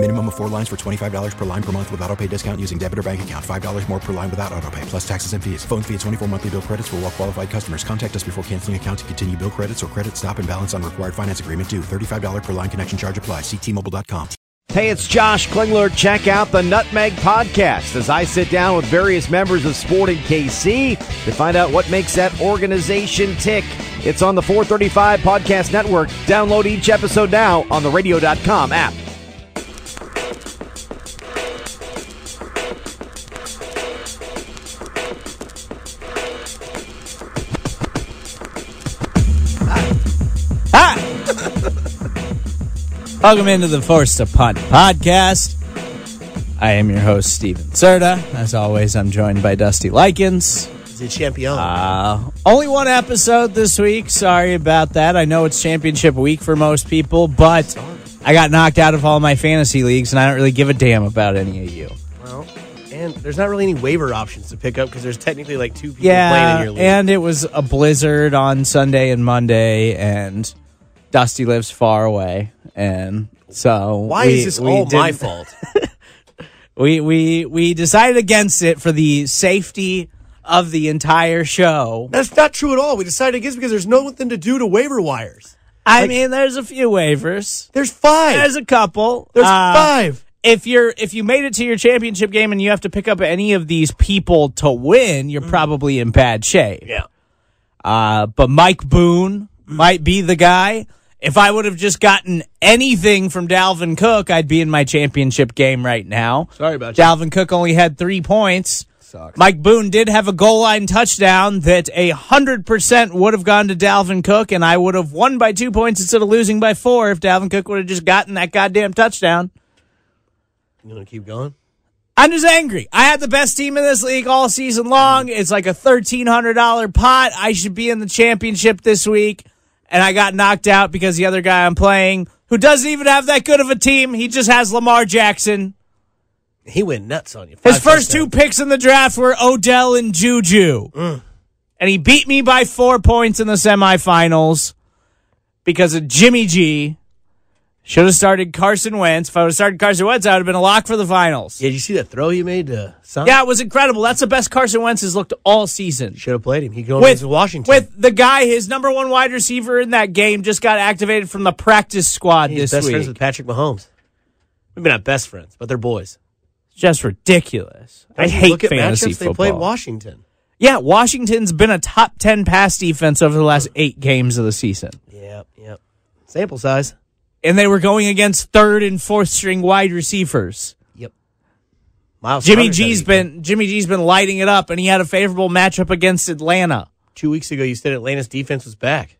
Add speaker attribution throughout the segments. Speaker 1: Minimum of four lines for $25 per line per month with auto pay discount using debit or bank account. $5 more per line without auto pay, plus taxes and fees. Phone fee at 24 monthly bill credits for all well qualified customers. Contact us before canceling account to continue bill credits or credit stop and balance on required finance agreement due. $35 per line connection charge apply. Ctmobile.com.
Speaker 2: Hey, it's Josh Klingler. Check out the Nutmeg Podcast as I sit down with various members of Sporting KC to find out what makes that organization tick. It's on the 435 Podcast Network. Download each episode now on the radio.com app.
Speaker 3: Welcome into the Force to Punt podcast. I am your host, Steven Serta. As always, I'm joined by Dusty Likens.
Speaker 4: the champion.
Speaker 3: Uh, Only one episode this week. Sorry about that. I know it's championship week for most people, but I got knocked out of all my fantasy leagues, and I don't really give a damn about any of you.
Speaker 4: well, and there's not really any waiver options to pick up because there's technically like two people playing in
Speaker 3: Yeah,
Speaker 4: your league.
Speaker 3: and it was a blizzard on Sunday and Monday, and Dusty lives far away, and so
Speaker 4: Why
Speaker 3: we-
Speaker 4: is this
Speaker 3: we
Speaker 4: all my
Speaker 3: didn't-
Speaker 4: fault?
Speaker 3: We we we decided against it for the safety of the entire show.
Speaker 4: That's not true at all. We decided against because there's nothing to do to waiver wires.
Speaker 3: I mean, there's a few waivers.
Speaker 4: There's five.
Speaker 3: There's a couple.
Speaker 4: There's
Speaker 3: Uh,
Speaker 4: five.
Speaker 3: If you're if you made it to your championship game and you have to pick up any of these people to win,
Speaker 4: Mm.
Speaker 3: you're probably in bad shape.
Speaker 4: Yeah.
Speaker 3: Uh, but Mike Boone might be the guy. If I would have just gotten anything from Dalvin Cook, I'd be in my championship game right now.
Speaker 4: Sorry about you.
Speaker 3: Dalvin Cook only had three points. Mike Boone did have a goal line touchdown that a hundred percent would have gone to Dalvin Cook, and I would have won by two points instead of losing by four if Dalvin Cook would have just gotten that goddamn touchdown.
Speaker 4: You gonna keep going?
Speaker 3: I'm just angry. I had the best team in this league all season long. It's like a $1,300 pot. I should be in the championship this week. And I got knocked out because the other guy I'm playing, who doesn't even have that good of a team, he just has Lamar Jackson.
Speaker 4: He went nuts on you.
Speaker 3: His
Speaker 4: Five
Speaker 3: first two
Speaker 4: touchdowns.
Speaker 3: picks in the draft were Odell and Juju.
Speaker 4: Mm.
Speaker 3: And he beat me by four points in the semifinals because of Jimmy G. Should have started Carson Wentz. If I would have started Carson Wentz, I would have been a lock for the finals.
Speaker 4: Yeah, did you see that throw he made to Son?
Speaker 3: Yeah, it was incredible. That's the best Carson Wentz has looked all season.
Speaker 4: Should have played him. He could with, to Oh, Washington.
Speaker 3: with the guy, his number one wide receiver in that game, just got activated from the practice squad
Speaker 4: He's
Speaker 3: this
Speaker 4: best
Speaker 3: week.
Speaker 4: friends with Patrick Mahomes. Maybe not best friends, but they're boys.
Speaker 3: just ridiculous. I
Speaker 4: Don't you
Speaker 3: hate
Speaker 4: look at
Speaker 3: fantasy
Speaker 4: matchups.
Speaker 3: football.
Speaker 4: They played Washington.
Speaker 3: yeah, Washington's been a top ten pass defense over the last eight games of the season,
Speaker 4: Yep, yep. Sample size.
Speaker 3: and they were going against third and fourth string wide receivers.
Speaker 4: Yep. Miles.
Speaker 3: Jimmy
Speaker 4: Conner's gotta
Speaker 3: G's
Speaker 4: be good.
Speaker 3: been Jimmy G's been lighting it up, and he had a favorable matchup against Atlanta.
Speaker 4: two weeks ago. You said Atlanta's defense was back.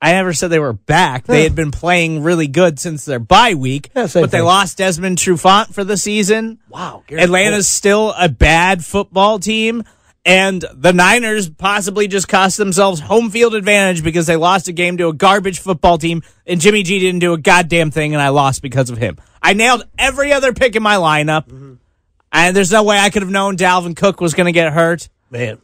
Speaker 3: I never said they were back. They had been playing really good since their bye week,
Speaker 4: Yeah,
Speaker 3: but
Speaker 4: same
Speaker 3: they
Speaker 4: thing.
Speaker 3: lost Desmond Trufant for the season.
Speaker 4: Wow, Garrett
Speaker 3: Atlanta's still a bad football team, and the Niners possibly just cost themselves home field advantage because they lost a game to a garbage football team, and Jimmy G didn't do a goddamn thing, and I lost because of him. I nailed every other pick in my lineup, and there's no way I could have known Dalvin Cook was going to get hurt.
Speaker 4: man.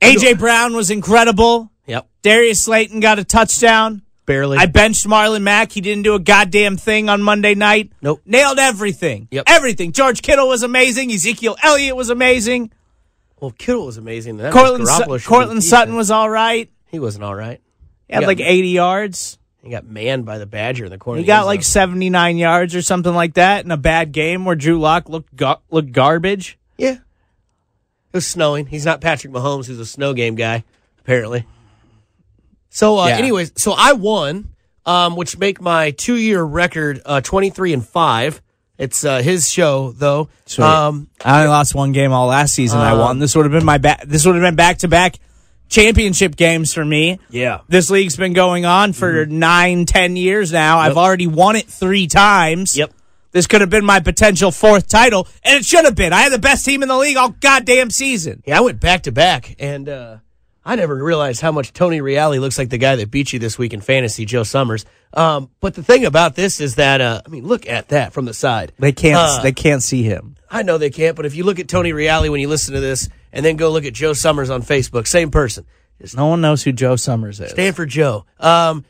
Speaker 3: AJ Brown was incredible.
Speaker 4: Yep,
Speaker 3: Darius Slayton got a touchdown.
Speaker 4: barely.
Speaker 3: I benched Marlon Mack. He didn't do a goddamn thing on Monday night.
Speaker 4: Nope.
Speaker 3: Nailed everything.
Speaker 4: Yep.
Speaker 3: Everything. George Kittle was amazing. Ezekiel Elliott was amazing.
Speaker 4: well, Kittle was amazing. That
Speaker 3: Cortland,
Speaker 4: was
Speaker 3: Sut-
Speaker 4: Garoppolo should be
Speaker 3: Cortland
Speaker 4: decent.
Speaker 3: Sutton was all right.
Speaker 4: He wasn't all right.
Speaker 3: He had
Speaker 4: Yeah.
Speaker 3: like 80 yards.
Speaker 4: He got manned by the Badger in the corner.
Speaker 3: He
Speaker 4: of the end
Speaker 3: got like
Speaker 4: zone.
Speaker 3: 79 yards or something like that in a bad game where Drew Lock looked ga- looked garbage.
Speaker 4: yeah. It was snowing. He's not Patrick Mahomes, who's a snow game guy, apparently. So, uh,
Speaker 3: Yeah.
Speaker 4: anyways, so I won, um, which make my two year record uh, twenty three and five. It's uh, his show though. Um,
Speaker 3: I only lost one game all last season. I won. This would have been my back. This would have been back to back championship games for me.
Speaker 4: Yeah.
Speaker 3: this league's been going on for nine, ten years now. I've already won it three times.
Speaker 4: Yep.
Speaker 3: This could have been my potential fourth title, and it should have been. I had the best team in the league all goddamn season.
Speaker 4: Yeah, I went back to back, and uh, I never realized how much Tony Reale looks like the guy that beat you this week in fantasy, Joe Summers. Um, but the thing about this is that uh, I mean, look at that from the side.
Speaker 3: They can't.
Speaker 4: Uh,
Speaker 3: they can't see him.
Speaker 4: I know they can't, but if you look at Tony Reale when you listen to this, and then go look at Joe Summers on Facebook, same person, It's
Speaker 3: No one knows who Joe Summers is.
Speaker 4: Stanford Joe. Um,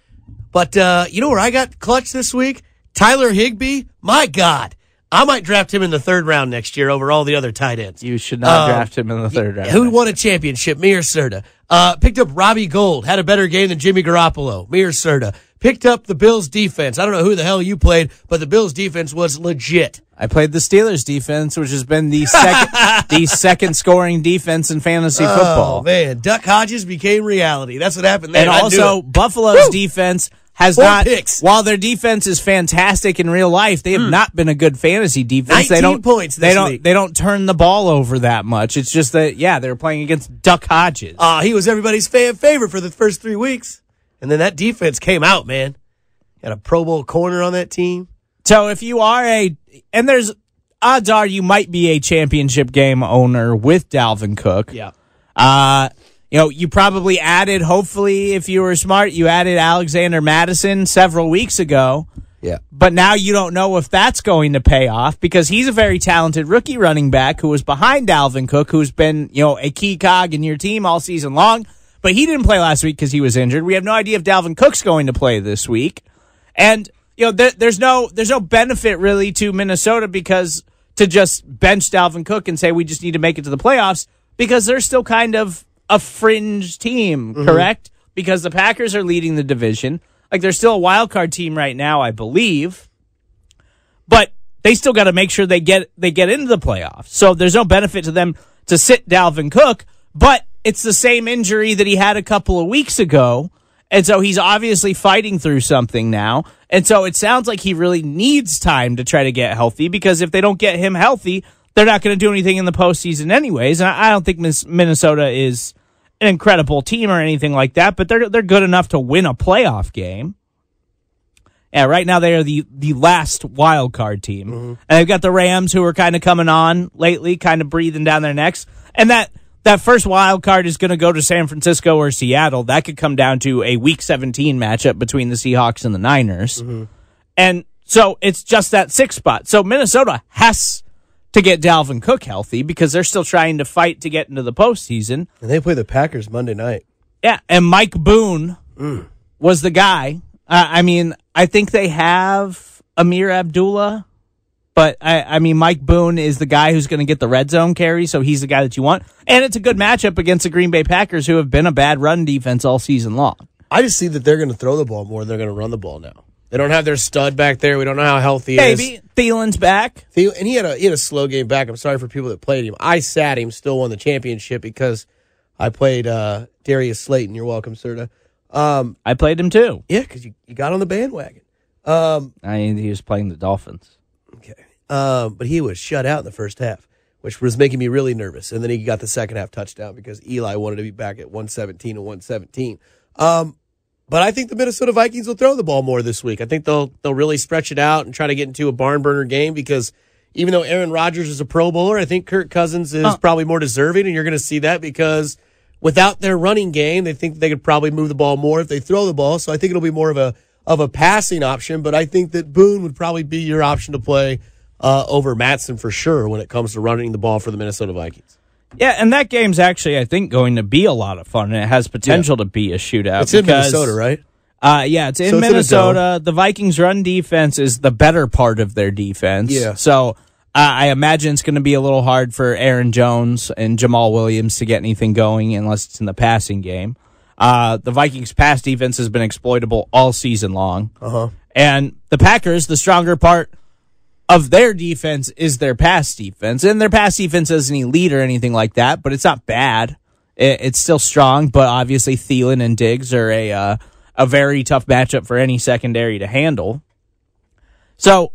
Speaker 4: but uh, you know where I got clutch this week? Tyler Higbee. My God, I might draft him in the third round next year over all the other tight ends.
Speaker 3: you should not draft him in the third round.
Speaker 4: Who won a championship? Me or Serta? Uh, picked up Robbie Gold, had a better game than Jimmy Garoppolo. Me or Serta? Picked up the Bills defense. I don't know who the hell you played, but the Bills defense was legit.
Speaker 3: I played the Steelers defense, which has been the second the second scoring defense in fantasy
Speaker 4: Oh
Speaker 3: football.
Speaker 4: man, Duck Hodges became reality. That's what happened there.
Speaker 3: And
Speaker 4: I knew
Speaker 3: also
Speaker 4: it.
Speaker 3: Buffalo's
Speaker 4: Woo!
Speaker 3: defense has
Speaker 4: Four
Speaker 3: not
Speaker 4: picks.
Speaker 3: while their defense is fantastic in real life, they have not been a good fantasy defense. They
Speaker 4: 19
Speaker 3: don't
Speaker 4: points
Speaker 3: they
Speaker 4: this
Speaker 3: don't
Speaker 4: week.
Speaker 3: they don't turn the ball over that much. It's just that yeah, they're playing against Duck Hodges.
Speaker 4: Ah, he was everybody's fan favorite for the first three weeks, and then that defense came out. Man, got a Pro Bowl corner on that team.
Speaker 3: So if you are a, and there's odds are you might be a championship game owner with Dalvin Cook.
Speaker 4: Yeah.
Speaker 3: Uh, you know, you probably added, hopefully, if you were smart, you added Alexander Madison several weeks ago.
Speaker 4: Yeah.
Speaker 3: But now you don't know if that's going to pay off because he's a very talented rookie running back who was behind Dalvin Cook, who's been, you know, a key cog in your team all season long. But he didn't play last week because he was injured. We have no idea if Dalvin Cook's going to play this week. And, you know, there, there's no, there's no benefit really to Minnesota because to just bench Dalvin Cook and say we just need to make it to the playoffs because they're still kind of a fringe team, correct? Because the Packers are leading the division. Like they're still a wild card team right now, I believe. But they still got to make sure they get they get into the playoffs. So there's no benefit to them to sit Dalvin Cook, but it's the same injury that he had a couple of weeks ago. And so he's obviously fighting through something now. And so it sounds like he really needs time to try to get healthy because if they don't get him healthy, they're not going to do anything in the postseason, anyways. And I I don't think Miss- Minnesota is an incredible team or anything like that, but they're they're good enough to win a playoff game. Yeah, right now they are the the last wild card team, and they've got the Rams who are kind of coming on lately, kind of breathing down their necks, and that. That first wild card is going to go to San Francisco or Seattle. That could come down to a Week 17 matchup between the Seahawks and the Niners. And so it's just that six spot. So Minnesota has to get Dalvin Cook healthy because they're still trying to fight to get into the postseason.
Speaker 4: And they play the Packers Monday night.
Speaker 3: Yeah, and Mike Boone was the guy. Uh, I mean, I think they have Amir Abdullah, but I, I mean, Mike Boone is the guy who's going to get the red zone carry, so he's the guy that you want. And it's a good matchup against the Green Bay Packers, who have been a bad run defense all season long.
Speaker 4: I just see that they're going to throw the ball more. than They're going to run the ball now. They don't have their stud back there. We don't know how healthy he is.
Speaker 3: Maybe Thielen's back.
Speaker 4: Theo, and he had a he had a slow game back. I'm sorry for people that played him. I sat him, still won the championship because I played uh, Darius Slayton. You're welcome, Serta. Um,
Speaker 3: I played him too.
Speaker 4: yeah, because you, you got on the bandwagon. Um,
Speaker 3: I mean, he was playing the Dolphins.
Speaker 4: okay, um, but he was shut out in the first half, which was making me really nervous. And then he got the second half touchdown because Eli wanted to be back at 117 and 117. Um, but I think the Minnesota Vikings will throw the ball more this week. I think they'll they'll really stretch it out and try to get into a barn burner game because even though Aaron Rodgers is a Pro Bowler, I think Kirk Cousins is probably more deserving, and you're going to see that because without their running game, they think they could probably move the ball more if they throw the ball. So I think it'll be more of a of a passing option. But I think that Boone would probably be your option to play uh, over Matson for sure when it comes to running the ball for the Minnesota Vikings.
Speaker 3: Yeah, and that game's actually, I think, going to be a lot of fun, and it has potential to be a shootout.
Speaker 4: It's in
Speaker 3: because-
Speaker 4: Minnesota, right?
Speaker 3: Uh, yeah, it's in
Speaker 4: So it's in a
Speaker 3: Minnesota. the Vikings' run defense is the better part of their defense.
Speaker 4: Yeah.
Speaker 3: So uh, I imagine it's going to be a little hard for Aaron Jones and Jamal Williams to get anything going unless it's in the passing game. Uh, the Vikings' pass defense has been exploitable all season long. Uh-huh. And the Packers, the stronger part of their defense is their pass defense. And their pass defense isn't elite or anything like that, but it's not bad. It, it's still strong, but obviously Thielen and Diggs are a uh, a very tough matchup for any secondary to handle. So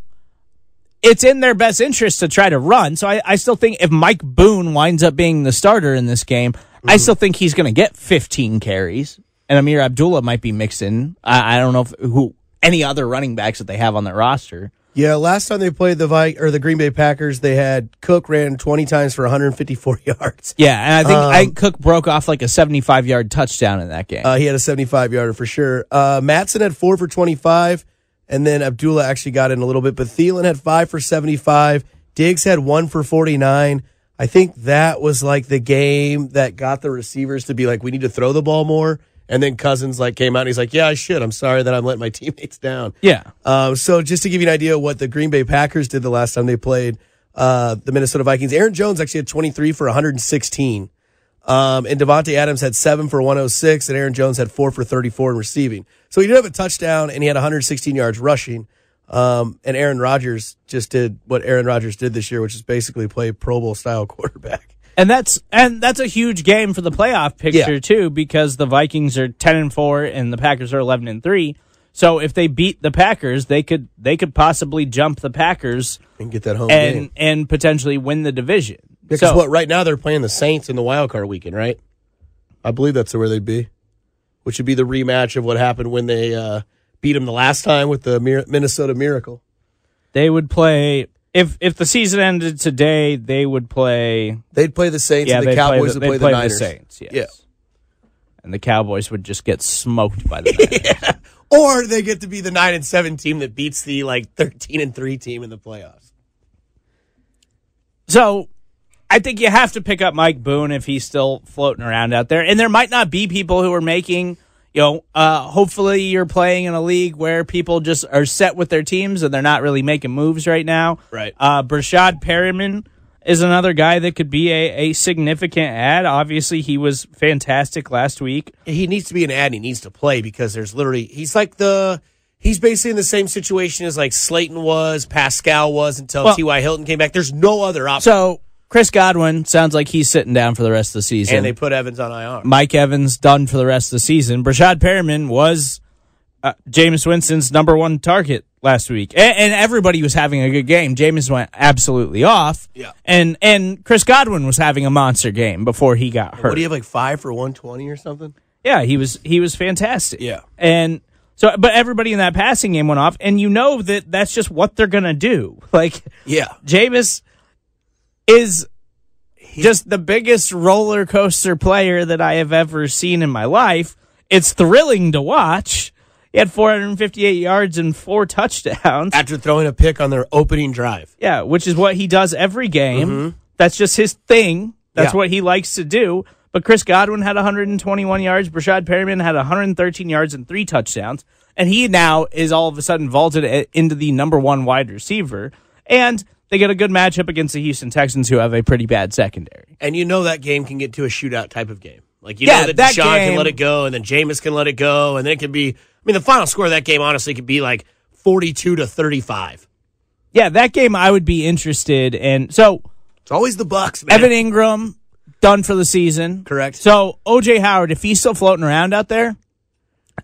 Speaker 3: it's in their best interest to try to run. So I, I still think if Mike Boone winds up being the starter in this game, I still think he's going to get 15 carries. And Amir Abdullah might be mixed in. I, I don't know if, who any other running backs that they have on their roster.
Speaker 4: Yeah, last time they played the Vi- or the Green Bay Packers, they had Cook ran 20 times for 154 yards.
Speaker 3: Yeah, and I think I think Cook broke off like a 75 yard touchdown in that game.
Speaker 4: Um, Uh, he had a 75 yarder for sure. Uh, Matson had four for 25, and then Abdullah actually got in a little bit, but Thielen had five for 75. Diggs had one for 49. I think that was like the game that got the receivers to be like, we need to throw the ball more. And then Cousins like came out and he's like, yeah, I should. I'm sorry that I'm letting my teammates down.
Speaker 3: yeah.
Speaker 4: Um, so just to give you an idea of what the Green Bay Packers did the last time they played uh, the Minnesota Vikings, Aaron Jones actually had 23 for 116. Um, and Devontae Adams had seven for 106, and Aaron Jones had four for 34 in receiving. So he did have a touchdown, and he had 116 yards rushing. Um, and Aaron Rodgers just did what Aaron Rodgers did this year, which is basically play Pro Bowl style quarterback.
Speaker 3: And that's and that's a huge game for the playoff picture
Speaker 4: Yeah.
Speaker 3: too, because the Vikings are ten and four and the Packers are eleven and three. So if they beat the Packers, they could they could possibly jump the Packers
Speaker 4: And get that home
Speaker 3: and
Speaker 4: game.
Speaker 3: and potentially win the division.
Speaker 4: Because what right now they're playing the Saints in the wild card weekend, right? I believe that's where they'd be, which would be the rematch of what happened when they uh, beat them the last time with the Mir- Minnesota Miracle.
Speaker 3: they would play if if the season ended today, they would play
Speaker 4: They'd play the Saints
Speaker 3: yeah
Speaker 4: and
Speaker 3: they
Speaker 4: the Cowboys
Speaker 3: play the,
Speaker 4: would play
Speaker 3: they'd
Speaker 4: the Niners.
Speaker 3: Saints yes.
Speaker 4: Yeah.
Speaker 3: and the Cowboys would just get smoked by the Niners.
Speaker 4: Or they get to be the nine and seven team that beats the like thirteen and three team in the playoffs.
Speaker 3: So I think you have to pick up Mike Boone if he's still floating around out there. And there might not be people who are making, you know, uh, hopefully you're playing in a league where people just are set with their teams and they're not really making moves right now.
Speaker 4: Right.
Speaker 3: Uh, Brashad Perriman is another guy that could be a, a significant add. Obviously, he was fantastic last week.
Speaker 4: He needs to be an ad. and He needs to play because there's literally he's like the he's basically in the same situation as like Slayton was, Pascal was until
Speaker 3: Well-
Speaker 4: T. Y. Hilton came back. There's no other option.
Speaker 3: So Chris Godwin sounds like he's sitting down for the rest of the season.
Speaker 4: and they put Evans on IR.
Speaker 3: Mike Evans done for the rest of the season. Brashad Perriman was uh, Jameis Winston's number one target last week, and, and everybody was having a good game. Jameis went absolutely off.
Speaker 4: Yeah.
Speaker 3: and and Chris Godwin was having a monster game before he got hurt.
Speaker 4: What do you have like five for one twenty or something?
Speaker 3: yeah, he was he was fantastic.
Speaker 4: Yeah.
Speaker 3: and so but everybody in that passing game went off, and you know that that's just what they're gonna do. Like
Speaker 4: Yeah,
Speaker 3: Jameis is just the biggest roller coaster player that I have ever seen in my life. It's thrilling to watch. He had 458 yards and four touchdowns.
Speaker 4: after throwing a pick on their opening drive.
Speaker 3: Yeah, which is what he does every game. That's just his thing. That's
Speaker 4: Yeah.
Speaker 3: what he likes to do. But Chris Godwin had 121 yards. Brashad Perryman had 113 yards and three touchdowns. And he now is all of a sudden vaulted i- into the number one wide receiver. And they get a good matchup against the Houston Texans, who have a pretty bad secondary.
Speaker 4: And you know that game can get to a shootout type of game. Like you
Speaker 3: Yeah,
Speaker 4: know that,
Speaker 3: that
Speaker 4: Deshaun can
Speaker 3: game-
Speaker 4: let it go, and then Jameis can let it go, and then it could be. I mean, the final score of that game honestly could be like forty-two to thirty-five.
Speaker 3: Yeah, that game I would be interested in. So
Speaker 4: It's always the Bucks, man.
Speaker 3: Evan Ingram done for the season.
Speaker 4: Correct.
Speaker 3: So OJ Howard, if he's still floating around out there,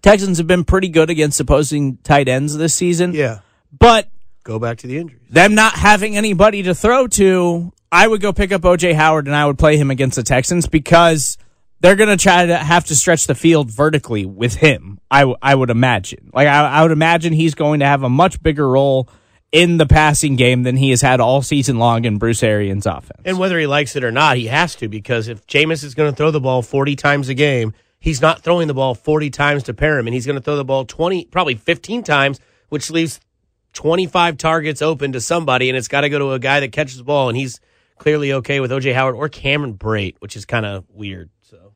Speaker 3: Texans have been pretty good against opposing tight ends this season.
Speaker 4: yeah,
Speaker 3: But
Speaker 4: go back to the injuries.
Speaker 3: them not having anybody to throw to, I would go pick up OJ Howard and I would play him against the Texans because they're going to try to have to stretch the field vertically with him. I, w- I would imagine. Like, I, I would imagine he's going to have a much bigger role in the passing game than he has had all season long in Bruce Arians' offense.
Speaker 4: And whether he likes it or not, he has to because if Jameis is going to throw the ball 40 times a game, he's not throwing the ball 40 times to Perriman. He's going to throw the ball 20, probably 15 times, which leaves 25 targets open to somebody, and it's got to go to a guy that catches the ball, and he's clearly okay with O.J. Howard or Cameron Brate, which is kind of weird. So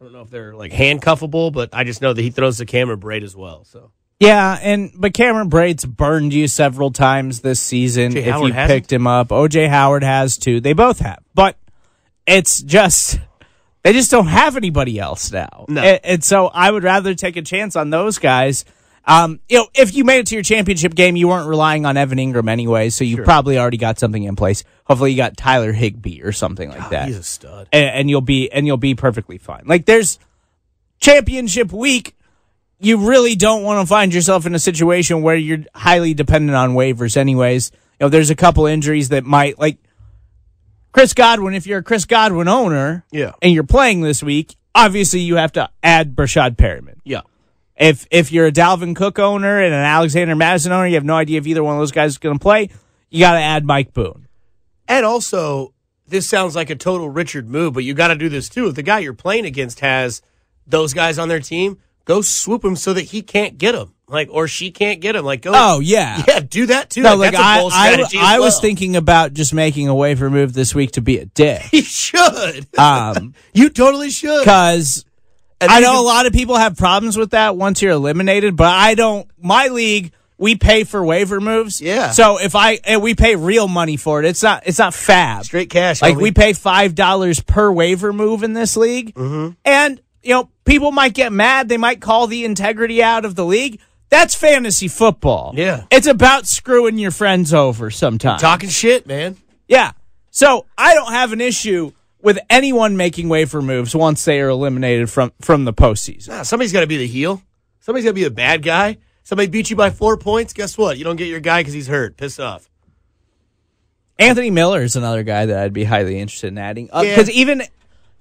Speaker 4: I don't know if they're like handcuffable, but I just know that he throws to Cameron Brate as well. So
Speaker 3: Yeah, and but Cameron Braid's burned you several times this season
Speaker 4: O.J.
Speaker 3: if
Speaker 4: Howard
Speaker 3: you
Speaker 4: hasn't?
Speaker 3: picked him up. OJ Howard has too. They both have. But it's just they just don't have anybody else now.
Speaker 4: No.
Speaker 3: And, and so I would rather take a chance on those guys. Um, you know, if you made it to your championship game, you weren't relying on Evan Ingram anyway, so you probably already got something in place. Hopefully you got Tyler Higbee or something like that
Speaker 4: Oh, he's a stud.
Speaker 3: and, and you'll be and you'll be perfectly fine. Like there's championship week, you really don't want to find yourself in a situation where you're highly dependent on waivers. Anyways, you know there's a couple injuries that might like Chris Godwin. If you're a Chris Godwin owner,
Speaker 4: Yeah.
Speaker 3: and you're playing this week, obviously you have to add Brashad Perryman.
Speaker 4: Yeah.
Speaker 3: If if you're a Dalvin Cook owner and an Alexander Madison owner, you have no idea if either one of those guys is going to play. You got to add Mike Boone.
Speaker 4: And also, this sounds like a total Richard move, but you got to do this too. If the guy you're playing against has those guys on their team, go swoop him so that he can't get him, like or she can't get him. Like, go,
Speaker 3: Oh yeah,
Speaker 4: yeah, do that too.
Speaker 3: No,
Speaker 4: like,
Speaker 3: like
Speaker 4: that's a
Speaker 3: I,
Speaker 4: bold
Speaker 3: I,
Speaker 4: strategy. as
Speaker 3: I was
Speaker 4: well.
Speaker 3: thinking about just making a waiver move this week to be a dick.
Speaker 4: he should.
Speaker 3: Um,
Speaker 4: you totally should.
Speaker 3: because
Speaker 4: And
Speaker 3: I
Speaker 4: then
Speaker 3: know
Speaker 4: you-
Speaker 3: a lot of people have problems with that once you're eliminated, but I don't. My league, we pay for waiver moves.
Speaker 4: Yeah.
Speaker 3: So if I and we pay real money for it, it's not it's not fab.
Speaker 4: Straight cash,
Speaker 3: Like
Speaker 4: homie.
Speaker 3: we pay five dollars per waiver move in this league,
Speaker 4: Mm-hmm.
Speaker 3: and you know people might get mad. They might call the integrity out of the league. That's fantasy football.
Speaker 4: Yeah.
Speaker 3: It's about screwing your friends over sometimes.
Speaker 4: Talking shit, man.
Speaker 3: Yeah. So I don't have an issue with anyone making wafer moves once they are eliminated from from the postseason.
Speaker 4: Nah, Ah, somebody's got to be the heel. Somebody's got to be the bad guy. Somebody beat you by four points. Guess what? You don't get your guy because he's hurt. Piss off.
Speaker 3: Anthony Miller is another guy that I'd be highly interested in adding up
Speaker 4: Yeah.
Speaker 3: because even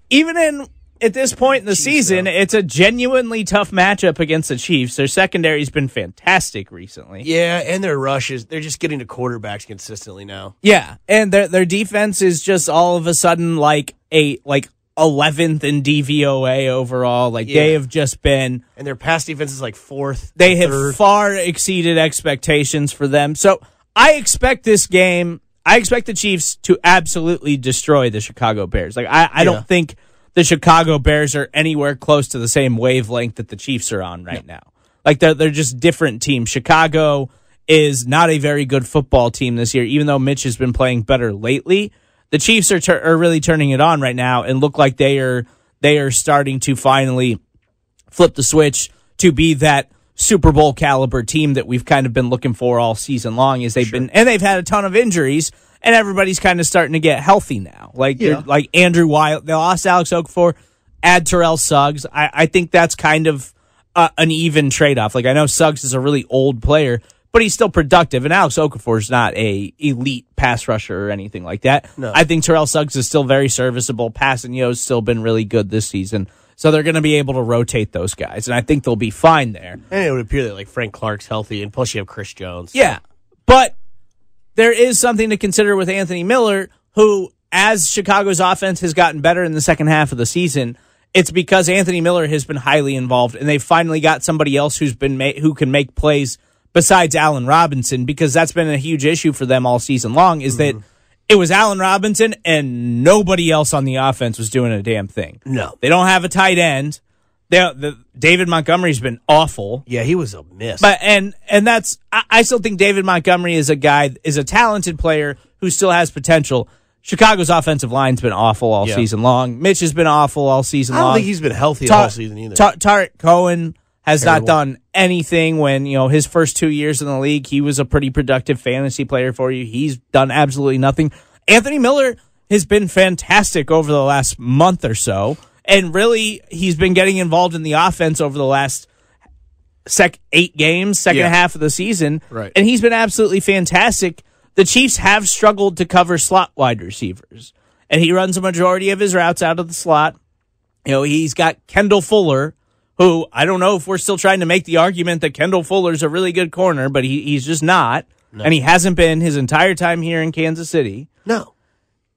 Speaker 3: even in at this point in the season, it's a genuinely tough matchup against the Chiefs. Their secondary's been fantastic recently.
Speaker 4: Yeah, and their rushes. They're just getting to quarterbacks consistently now.
Speaker 3: Yeah, and their their defense is just all of a sudden like a like eleventh in DVOA overall. Like they
Speaker 4: Yeah.
Speaker 3: have just been
Speaker 4: And their pass defense is like fourth.
Speaker 3: they have
Speaker 4: third.
Speaker 3: far exceeded expectations for them. So I expect this game. I expect the Chiefs to absolutely destroy the Chicago Bears. Like I, I
Speaker 4: Yeah.
Speaker 3: don't think the Chicago Bears are anywhere close to the same wavelength that the Chiefs are on right now. Like they're they're just different teams. Chicago is not a very good football team this year, even though Mitch has been playing better lately. The Chiefs are tur are really turning it on right now and look like they are they are starting to finally flip the switch to be that Super Bowl caliber team that we've kind of been looking for all season long is they've been and they've had a ton of injuries and everybody's kind of starting to get healthy now. Like they're- like Andrew Wild, they lost Alex Okafor, add Terrell Suggs. I, I think that's kind of uh, an even trade off. Like I know Suggs is a really old player, but he's still productive, and Alex Okafor is not a elite pass rusher or anything like that. I think Terrell Suggs is still very serviceable. Passanio's still been really good this season, so they're going to be able to rotate those guys, and I think they'll be fine there.
Speaker 4: And it would appear that like Frank Clark's healthy, and plus you have Chris Jones.
Speaker 3: Yeah. But there is something to consider with Anthony Miller, who, as Chicago's offense has gotten better in the second half of the season, it's because Anthony Miller has been highly involved, and they finally got somebody else who's been ma- who can make plays besides Allen Robinson, because that's been a huge issue for them all season long. Is that it was Allen Robinson and nobody else on the offense was doing a damn thing.
Speaker 4: No.
Speaker 3: they don't have a tight end. They, the, David Montgomery's been awful.
Speaker 4: Yeah, he was a miss.
Speaker 3: But and and that's I, I still think David Montgomery is a guy is a talented player who still has potential. Chicago's offensive line's been awful all
Speaker 4: Yeah.
Speaker 3: season long. Mitch has been awful all season
Speaker 4: I don't
Speaker 3: long.
Speaker 4: think he's been healthy
Speaker 3: Ta-
Speaker 4: all season either.
Speaker 3: Ta- Tarek Cohen has not done anything when, you know, his first two years in the league, he was a pretty productive fantasy player for you. He's done absolutely nothing. Anthony Miller has been fantastic over the last month or so. And really, he's been getting involved in the offense over the last sec eight games, second
Speaker 4: Yeah.
Speaker 3: half of the season.
Speaker 4: Right.
Speaker 3: And he's been absolutely fantastic. The Chiefs have struggled to cover slot wide receivers. And he runs a majority of his routes out of the slot. You know, he's got Kendall Fuller, who I don't know if we're still trying to make the argument that Kendall Fuller's a really good corner, but he, he's just not. And he hasn't been his entire time here in Kansas City.
Speaker 4: no.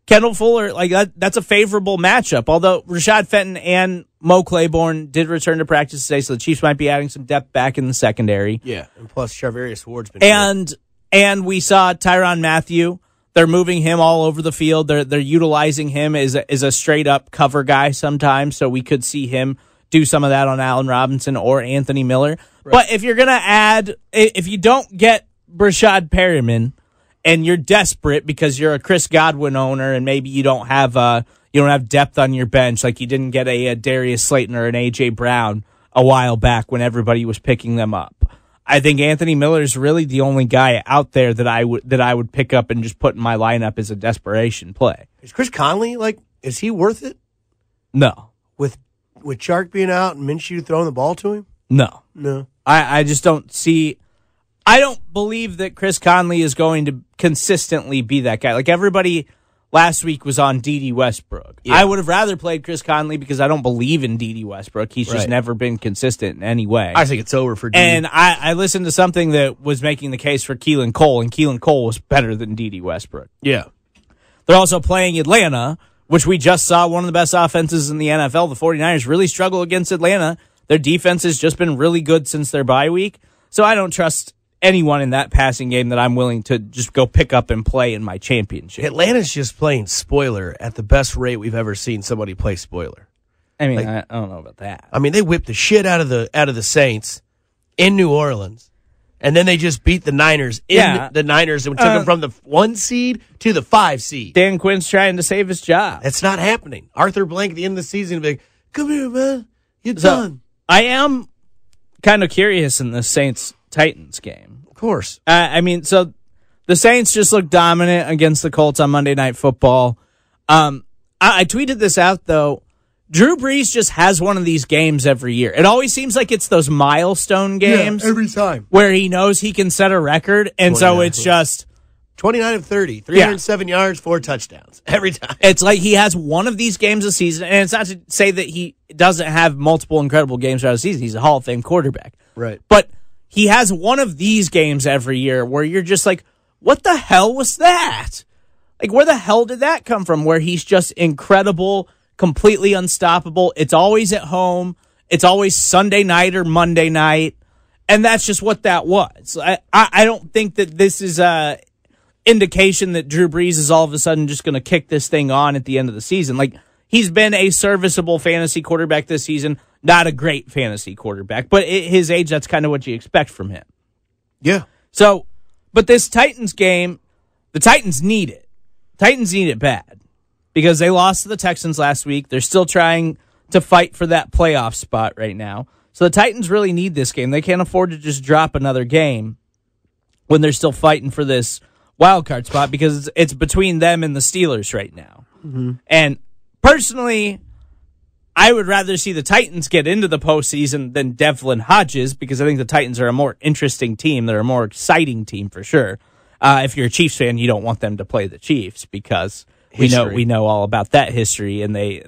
Speaker 3: Kendall Fuller, like that, that's a favorable matchup. Although Rashad Fenton and Mo Claiborne did return to practice today, so the Chiefs might be adding some depth back in the secondary.
Speaker 4: Yeah, and plus Charvarius Ward's been
Speaker 3: And and we saw Tyron Matthew. They're moving him all over the field. They're they're utilizing him as a, as a straight up cover guy sometimes. So we could see him do some of that on Allen Robinson or Anthony Miller. But if you're gonna add, i- if you don't get Brashad Perryman, and you're desperate because you're a Chris Godwin owner and maybe you don't have uh you don't have depth on your bench like you didn't get a, uh Darius Slayton or an AJ Brown a while back when everybody was picking them up. I think Anthony Miller is really the only guy out there that I would that I would pick up and just put in my lineup as a desperation play.
Speaker 4: Is Chris Conley like? Is he worth it
Speaker 3: No,
Speaker 4: with with Chark being out and Minshew throwing the ball to him?
Speaker 3: no,
Speaker 4: No.
Speaker 3: I, I just don't see. I don't believe that Chris Conley is going to consistently be that guy. Like everybody last week was on D.D. Westbrook. I would have rather played Chris Conley because I don't believe in D.D. Westbrook. He's just
Speaker 5: Right.
Speaker 3: never been consistent in any way.
Speaker 5: I think it's over for D.
Speaker 3: and I, I listened to something that was making the case for Keelan Cole, and Keelan Cole was better than D.D. Westbrook.
Speaker 4: Yeah.
Speaker 3: They're also playing Atlanta, which we just saw one of the best offenses in the NFL. The 49ers really struggle against Atlanta. Their defense has just been really good since their bye week. So I don't trust anyone in that passing game that I'm willing to just go pick up and play in my championship.
Speaker 4: Atlanta's just playing spoiler at the best rate we've ever seen somebody play spoiler.
Speaker 3: I mean, I, I don't know about that.
Speaker 4: I mean, they whipped the shit out of the out of the Saints in New Orleans, and then they just beat the Niners in
Speaker 3: Yeah.
Speaker 4: the Niners and took
Speaker 3: Uh,
Speaker 4: them from the one seed to the five seed.
Speaker 3: Dan Quinn's trying to save his job.
Speaker 4: That's not happening. Arthur Blank at the end of the season, will be like, "Come here, man, you're
Speaker 3: So,
Speaker 4: done."
Speaker 3: I am kind of curious in the Saints Titans game.
Speaker 4: Of course,
Speaker 3: Uh, I mean, so the Saints just looked dominant against the Colts on Monday Night Football. Um, I, I tweeted this out though. Drew Brees just has one of these games every year. It always seems like it's those milestone games
Speaker 4: every time.
Speaker 3: where he knows he can set a record, and so it's just
Speaker 4: Twenty nine of 30, 307 yards, four touchdowns every time.
Speaker 3: it's like he has one of these games a season, and it's not to say that he doesn't have multiple incredible games throughout the season. He's a Hall of Fame quarterback,
Speaker 4: Right.
Speaker 3: But he has one of these games every year where you're just like, what the hell was that? Like, where the hell did that come from? Where he's just incredible, completely unstoppable. It's always at home. It's always Sunday night or Monday night, and that's just what that was. I I, I don't think that this is a indication that Drew Brees is all of a sudden just going to kick this thing on at the end of the season. Like he's been a serviceable fantasy quarterback this season, not a great fantasy quarterback, but at his age, that's kind of what you expect from him.
Speaker 4: Yeah,
Speaker 3: So, but this Titans game, the Titans need it. Titans need it bad because they lost to the Texans last week. They're still trying to fight for that playoff spot right now. So the Titans really need this game. They can't afford to just drop another game when they're still fighting for this wild card spot because it's- it's between them and the Steelers right now.
Speaker 4: Mm-hmm.
Speaker 3: And personally, I would rather see the Titans get into the postseason than Devlin Hodges because I think the Titans are a more interesting team. They're a more exciting team for sure. Uh, if you're a Chiefs fan, you don't want them to play the Chiefs because we know
Speaker 4: History.
Speaker 3: we know all about that history and they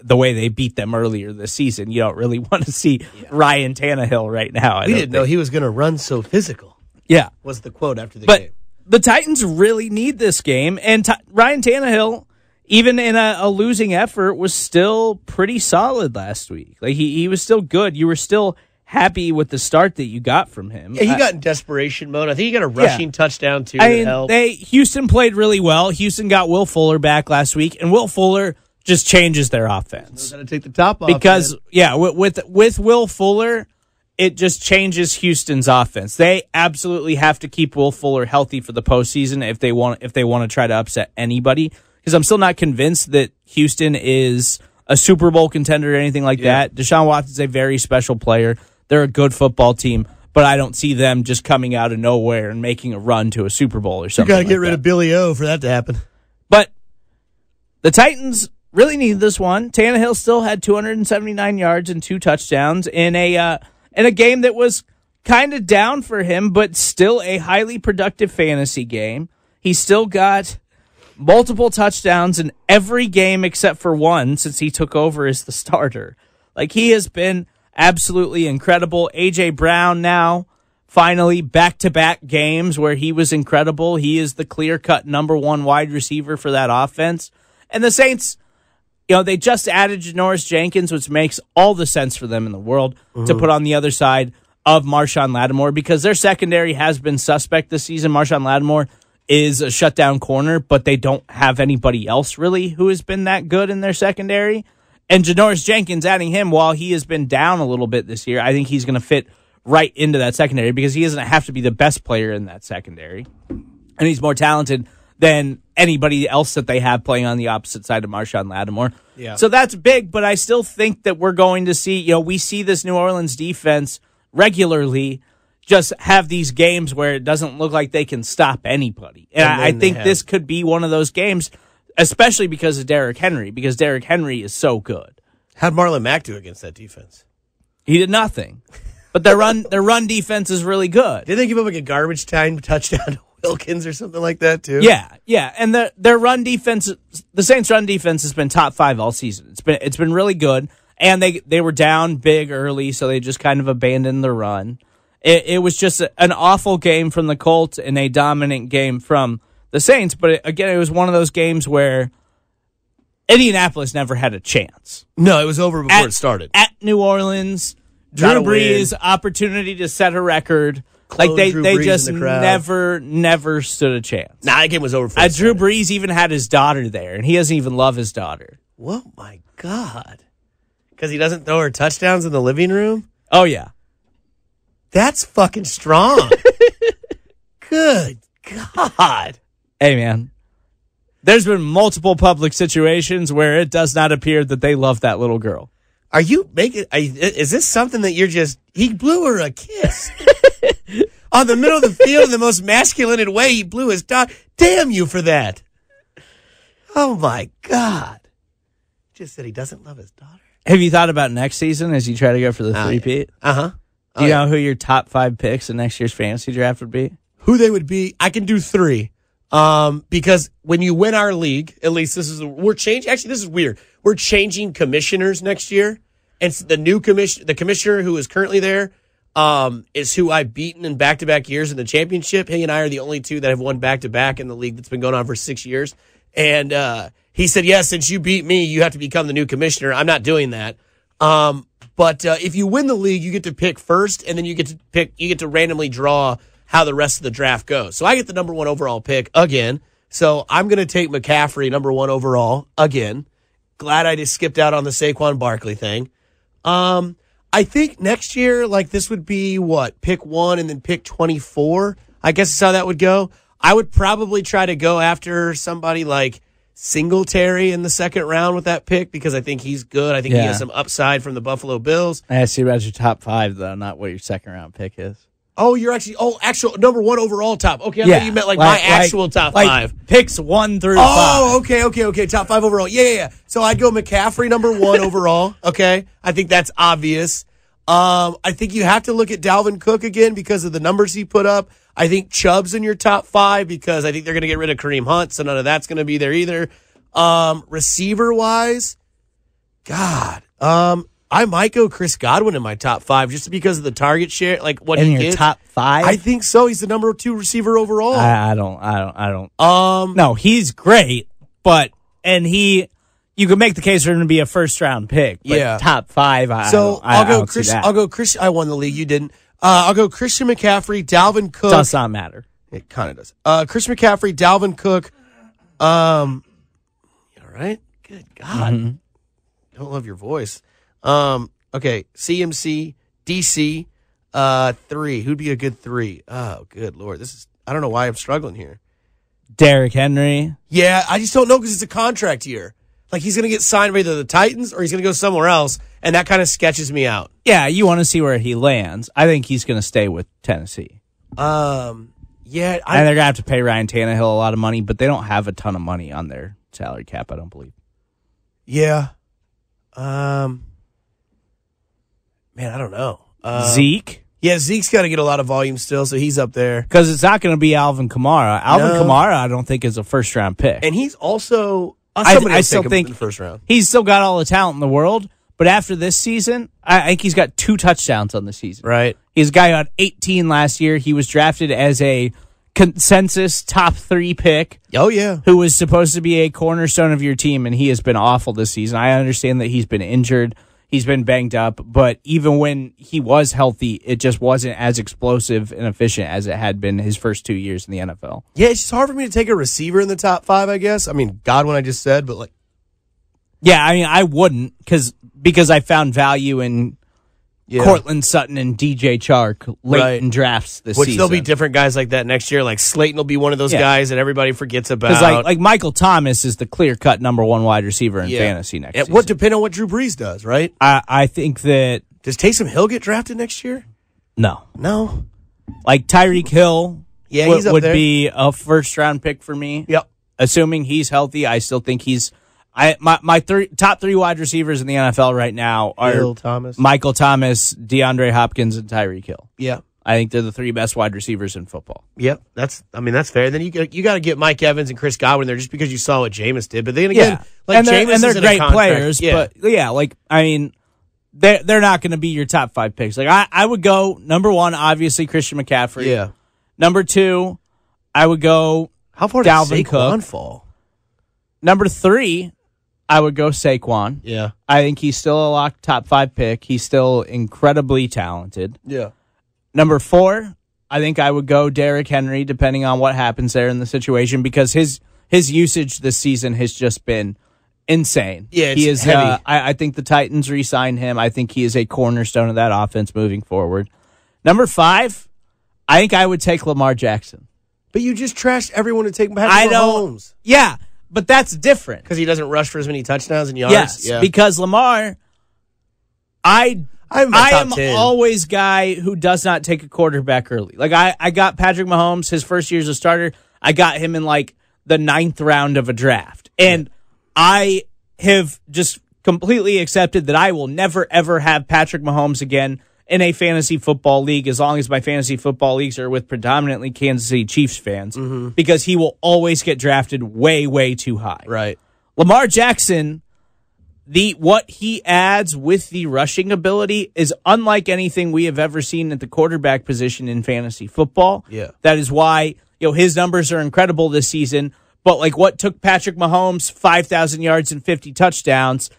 Speaker 3: the way they beat them earlier this season. You don't really want to see Ryan Tannehill right now. I
Speaker 4: we
Speaker 3: don't
Speaker 4: didn't know he was going to run so physical.
Speaker 3: think. Yeah,
Speaker 4: Was the quote after the
Speaker 3: but
Speaker 4: game?
Speaker 3: the Titans really need this game, and Ti- Ryan Tannehill, even in a, a losing effort, was still pretty solid last week. Like he, he was still good. You were still happy with the start that you got from him.
Speaker 4: Yeah, he
Speaker 3: I-
Speaker 4: got in desperation mode. I think he got a rushing touchdown too.
Speaker 3: I
Speaker 4: that
Speaker 3: mean,
Speaker 4: helped.
Speaker 3: they Houston played really well. Houston got Will Fuller back last week, and Will Fuller just changes their offense.
Speaker 4: Gotta take the top off
Speaker 3: because
Speaker 4: man.
Speaker 3: yeah, with, with with Will Fuller, it just changes Houston's offense. They absolutely have to keep Will Fuller healthy for the postseason if they want if they want to try to upset anybody. Because I'm still not convinced that Houston is a Super Bowl contender or anything like that. Deshaun Watson's a very special player. They're a good football team, but I don't see them just coming out of nowhere and making a run to a Super Bowl or
Speaker 4: you
Speaker 3: something.
Speaker 4: got to
Speaker 3: like
Speaker 4: get rid
Speaker 3: that.
Speaker 4: of Billy O for that to happen.
Speaker 3: But the Titans really need this one. Tannehill still had 279 yards and two touchdowns in a uh, in a game that was kind of down for him, but still a highly productive fantasy game. He still got multiple touchdowns in every game except for one since he took over as the starter. Like he has been absolutely incredible. AJ Brown now finally back to back games where he was incredible. He is the clear cut number one wide receiver for that offense. And the Saints, you know, they just added Janoris Jenkins, which makes all the sense for them in the world to put on the other side of Marshawn Lattimore because their secondary has been suspect this season. Marshawn Lattimore is a shutdown corner, but they don't have anybody else really who has been that good in their secondary. And Janoris Jenkins, adding him while he has been down a little bit this year, I think he's going to fit right into that secondary because he doesn't have to be the best player in that secondary and he's more talented than anybody else that they have playing on the opposite side of Marshawn Lattimore. Yeah. So that's big, but I still think that we're going to see, you know, we see this New Orleans defense regularly just have these games where it doesn't look like they can stop anybody. And, I, I
Speaker 4: they
Speaker 3: think
Speaker 4: have-
Speaker 3: this could be one of those games, especially because of Derrick Henry, because Derrick Henry is so good.
Speaker 4: How'd Marlon Mack do against that defense?
Speaker 3: He did nothing. But their run their run defense is really good.
Speaker 4: Did they give up like a garbage time touchdown to
Speaker 5: Wilkins or something like that too.
Speaker 3: Yeah, yeah, and their their run defense, the Saints' run defense has been top five all season. It's been it's been really good, and they they were down big early, so they just kind of abandoned the run. It, it was just a- an awful game from the Colts and a dominant game from the Saints. But it- again, it was one of those games where Indianapolis never had a chance
Speaker 5: No, it was over before it started.
Speaker 3: at New Orleans. Drew
Speaker 5: Gotta
Speaker 3: Brees opportunity to set a record.
Speaker 5: Clone
Speaker 3: like they,
Speaker 5: Drew Brees
Speaker 3: they
Speaker 5: in
Speaker 3: just
Speaker 5: the crowd.
Speaker 3: never never stood a chance.
Speaker 5: nah, that game was over. Before
Speaker 3: Uh,
Speaker 5: it
Speaker 3: Drew
Speaker 5: started.
Speaker 3: Brees even had his daughter there, and he doesn't even love his daughter.
Speaker 5: Well, my God, because he doesn't throw her touchdowns in the living room.
Speaker 3: Oh yeah,
Speaker 5: That's fucking strong. Good God.
Speaker 3: hey man. There's been multiple public situations where it does not appear that they love that little girl.
Speaker 5: Are you making? Are you, is this something that you're just? He blew her a kiss on the middle of the field in the most masculine way. He blew his dog. Damn you for that! Oh my God! Just said he doesn't love his daughter.
Speaker 3: Have you thought about next season as you try to go for the
Speaker 5: Oh,
Speaker 3: three peat?
Speaker 5: Uh huh.
Speaker 4: Oh,
Speaker 3: Do you know who your top five picks in next year's fantasy draft would be?
Speaker 5: Who they would be? I can do three.
Speaker 4: Um, because when you win our league, at least this is we're changing. Actually, this is weird. We're changing commissioners next year, and s- the new commission, the commissioner who is currently there, um, is who I've beaten in back to back years in the championship. He and I are the only two that have won back to back in the league that's been going on for six years. And uh, he said, "Yes, since you beat me, you have to become the new commissioner." I'm not doing that. Um, but uh, if you win the league, you get to pick first, and then you get to pick. You get to randomly draw how the rest of the draft goes. So I get the number one overall pick again. So I'm going to take McCaffrey number one overall again. Glad I just skipped out on the Saquon Barkley thing. Um, I think next year, like this would be what pick one and then pick 24. I guess is how that would go. I would probably try to go after somebody like Singletary in the second round with that pick because I think he's good. I think he
Speaker 3: Yeah.
Speaker 4: has some upside from the Buffalo Bills.
Speaker 3: I asked you about your top five, though, not what your second round pick is.
Speaker 4: Oh, you're actually oh actual number one overall top. Okay, I thought you meant like, my actual top
Speaker 3: like
Speaker 4: five.
Speaker 3: picks one through five.
Speaker 4: Oh, okay, okay, okay. Top five overall. Yeah, yeah, yeah. So I'd go McCaffrey number one overall. Okay. I think that's obvious. Um, I think you have to look at Dalvin Cook again because of the numbers he put up. I think Chubb's in your top five because I think they're going to get rid of Kareem Hunt, so none of that's going to be there either. Um, receiver wise, God, um, I might go Chris Godwin in my top five just because of the target share, like what
Speaker 3: In
Speaker 4: he
Speaker 3: your
Speaker 4: gets.
Speaker 3: top five?
Speaker 4: I think so. He's the number two receiver overall.
Speaker 3: I, I don't, I don't, I don't.
Speaker 4: um,
Speaker 3: No, he's great, but and he, you could make the case for him to be a first round pick. But
Speaker 4: Yeah.
Speaker 3: top five. I,
Speaker 4: So
Speaker 3: I,
Speaker 4: I'll
Speaker 3: I
Speaker 4: go
Speaker 3: don't see
Speaker 4: Chris.
Speaker 3: that.
Speaker 4: I'll go Chris. I won the league. You didn't. Uh, I'll go Christian McCaffrey, Dalvin Cook.
Speaker 3: Does not matter.
Speaker 4: It kind of does. Uh, Christian McCaffrey, Dalvin Cook. Um, you all right. Good God,
Speaker 3: Mm-hmm.
Speaker 4: don't love your voice. Um, okay, CMC, DC, uh, three. Who'd be a good three? Oh, good lord, this is. I don't know why I'm struggling here.
Speaker 3: Derrick Henry.
Speaker 4: Yeah, I just don't know because it's a contract year. Like he's gonna get signed by either the Titans or he's gonna go somewhere else, and that kind of sketches me out.
Speaker 3: Yeah, you want to see where he lands. I think he's going to stay with Tennessee,
Speaker 4: Um, yeah, I,
Speaker 3: and they're going to have to pay Ryan Tannehill a lot of money, but they don't have a ton of money on their salary cap. I don't believe.
Speaker 4: Yeah. Um. Man, I don't know. Uh,
Speaker 3: Zeke.
Speaker 4: Yeah, Zeke's got to get a lot of volume still, so he's up there.
Speaker 3: Because it's not going to be Alvin Kamara. Alvin
Speaker 4: No.
Speaker 3: Kamara, I don't think is a first round pick.
Speaker 4: And he's also. Uh,
Speaker 3: I-
Speaker 4: somebody
Speaker 3: I
Speaker 4: will
Speaker 3: still
Speaker 4: take him
Speaker 3: think-
Speaker 4: in the first round.
Speaker 3: he's still got all the talent in the world. But after this season, I I think he's got two touchdowns on the season.
Speaker 4: Right.
Speaker 3: He's a guy who had 18 last year. He was drafted as a consensus top three pick
Speaker 4: Oh yeah.
Speaker 3: who was supposed to be a cornerstone of your team, and he has been awful this season. I understand that he's been injured, he's been banged up, but even when he was healthy, it just wasn't as explosive and efficient as it had been his first two years in the NFL.
Speaker 4: Yeah, it's just hard for me to take a receiver in the top five. I guess. I mean, Godwin, I just said, but like,
Speaker 3: Yeah, I mean, I wouldn't because because I found value in
Speaker 4: yeah.
Speaker 3: Cortland Sutton and DJ Chark late
Speaker 4: Right.
Speaker 3: in drafts this
Speaker 4: Which
Speaker 3: season.
Speaker 4: there'll be different guys like that next year. Like Slayton will be one of those
Speaker 3: Yeah.
Speaker 4: guys that everybody forgets about.
Speaker 3: Because like, like Michael Thomas is the clear cut number one wide receiver in
Speaker 4: Yeah.
Speaker 3: fantasy next
Speaker 4: Yeah,
Speaker 3: season.
Speaker 4: What depend on what Drew Brees does, right?
Speaker 3: I, I think that
Speaker 4: Does Taysom Hill get drafted next year?
Speaker 3: no,
Speaker 4: No.
Speaker 3: like Tyreek Hill,
Speaker 4: Yeah,
Speaker 3: would,
Speaker 4: he's up
Speaker 3: would
Speaker 4: there.
Speaker 3: be a first round pick for me.
Speaker 4: Yep.
Speaker 3: assuming he's healthy. I still think he's I my my three, top three wide receivers in the NFL right now are
Speaker 4: Hill, Thomas.
Speaker 3: Michael Thomas, DeAndre Hopkins, and Tyreek Hill.
Speaker 4: Yeah.
Speaker 3: I think they're the three best wide receivers in football.
Speaker 4: Yep, that's. I mean, that's fair. Then you got- you got to get Mike Evans and Chris Godwin there just because you saw what Jameis did. But then again, like
Speaker 3: and they're,
Speaker 4: Jameis
Speaker 3: and they're
Speaker 4: isn't a
Speaker 3: great
Speaker 4: contract.
Speaker 3: players,
Speaker 4: Yeah.
Speaker 3: but yeah, like I mean, they're they're not going to be your top five picks. Like I, I would go number one, obviously Christian McCaffrey.
Speaker 5: Yeah.
Speaker 3: Number two, I would go
Speaker 5: How far
Speaker 3: Dalvin
Speaker 5: did Saquon
Speaker 3: Cook.
Speaker 5: fall?
Speaker 3: number three. I would go Saquon.
Speaker 5: Yeah.
Speaker 3: I think he's still a lock top five pick. He's still incredibly talented.
Speaker 5: Yeah.
Speaker 3: Number four, I think I would go Derrick Henry, depending on what happens there in the situation, because his his usage this season has just been insane.
Speaker 4: Yeah,
Speaker 3: he
Speaker 4: it's
Speaker 3: is.
Speaker 4: heavy.
Speaker 3: Uh, I, I think the Titans re-signed him. I think he is a cornerstone of that offense moving forward. Number five, I think I would take Lamar Jackson.
Speaker 5: But you just trashed everyone to take Patrick
Speaker 3: I don't.
Speaker 5: Mahomes.
Speaker 3: Yeah, but that's different.
Speaker 4: because he doesn't rush for as many touchdowns and yards.
Speaker 3: Yes,
Speaker 4: yeah.
Speaker 3: because Lamar, I
Speaker 4: I have him in
Speaker 3: I
Speaker 4: top
Speaker 3: am
Speaker 4: 10.
Speaker 3: always guy who does not take a quarterback early. Like I, I got Patrick Mahomes his first year as a starter. I got him in like the ninth round of a draft, and I have just completely accepted that I will never ever have Patrick Mahomes again in a fantasy football league as long as my fantasy football leagues are with predominantly Kansas City Chiefs fans
Speaker 4: Mm-hmm.
Speaker 3: because he will always get drafted way way too high.
Speaker 5: Right.
Speaker 3: Lamar Jackson, the what he adds with the rushing ability is unlike anything we have ever seen at the quarterback position in fantasy football.
Speaker 5: Yeah.
Speaker 3: That is why, you know, his numbers are incredible this season. But like what took Patrick Mahomes 5,000 yards and 50 touchdowns,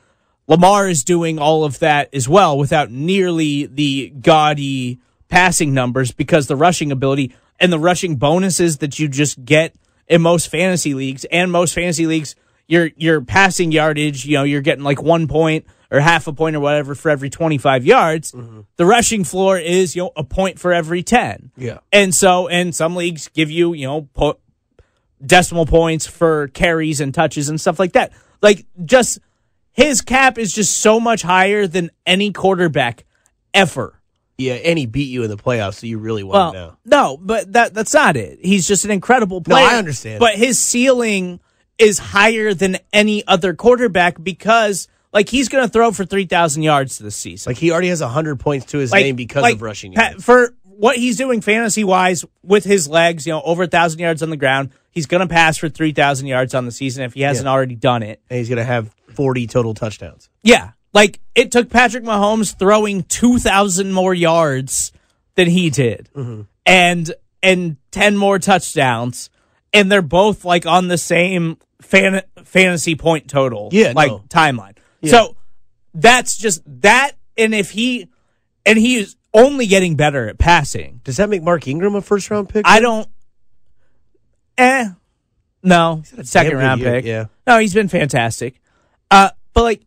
Speaker 3: Lamar is doing all of that as well without nearly the gaudy passing numbers because the rushing ability and the rushing bonuses that you just get in most fantasy leagues and most fantasy leagues your your passing yardage, you know, you're getting like 1 point or half a point or whatever for every 25 yards. The rushing floor is, you know, a point for every 10.
Speaker 5: Yeah.
Speaker 3: And so and some leagues give you, you know, po- decimal points for carries and touches and stuff like that. Like just his cap is just so much higher than any quarterback ever.
Speaker 4: yeah, and he beat you in the playoffs, so you really want
Speaker 3: Well,
Speaker 4: to know.
Speaker 3: no, but that that's not it. He's just an incredible player.
Speaker 4: I understand.
Speaker 3: But his ceiling is higher than any other quarterback because like he's going to throw for 3000 yards this season.
Speaker 4: Like he already has hundred points to his name because
Speaker 3: like,
Speaker 4: of rushing.
Speaker 3: Pat-
Speaker 4: yards.
Speaker 3: for what he's doing fantasy wise with his legs, you know, over a 1000 yards on the ground, he's going to pass for 3000 yards on the season if he hasn't already done it.
Speaker 4: and he's gonna have forty total touchdowns.
Speaker 3: Yeah. Like it took Patrick Mahomes throwing 2,000 more yards than he did
Speaker 4: Mm-hmm.
Speaker 3: and and 10 more touchdowns and they're both like on the same fan- fantasy point total
Speaker 4: Yeah,
Speaker 3: like
Speaker 4: no.
Speaker 3: timeline. So that's just that and if he and he's only getting better at passing.
Speaker 4: Does that make Mark Ingram a first round pick?
Speaker 3: I don't eh no,
Speaker 4: had a
Speaker 3: second
Speaker 4: damn good
Speaker 3: round
Speaker 4: year,
Speaker 3: pick.
Speaker 4: yeah.
Speaker 3: No, he's been fantastic. Uh, but like,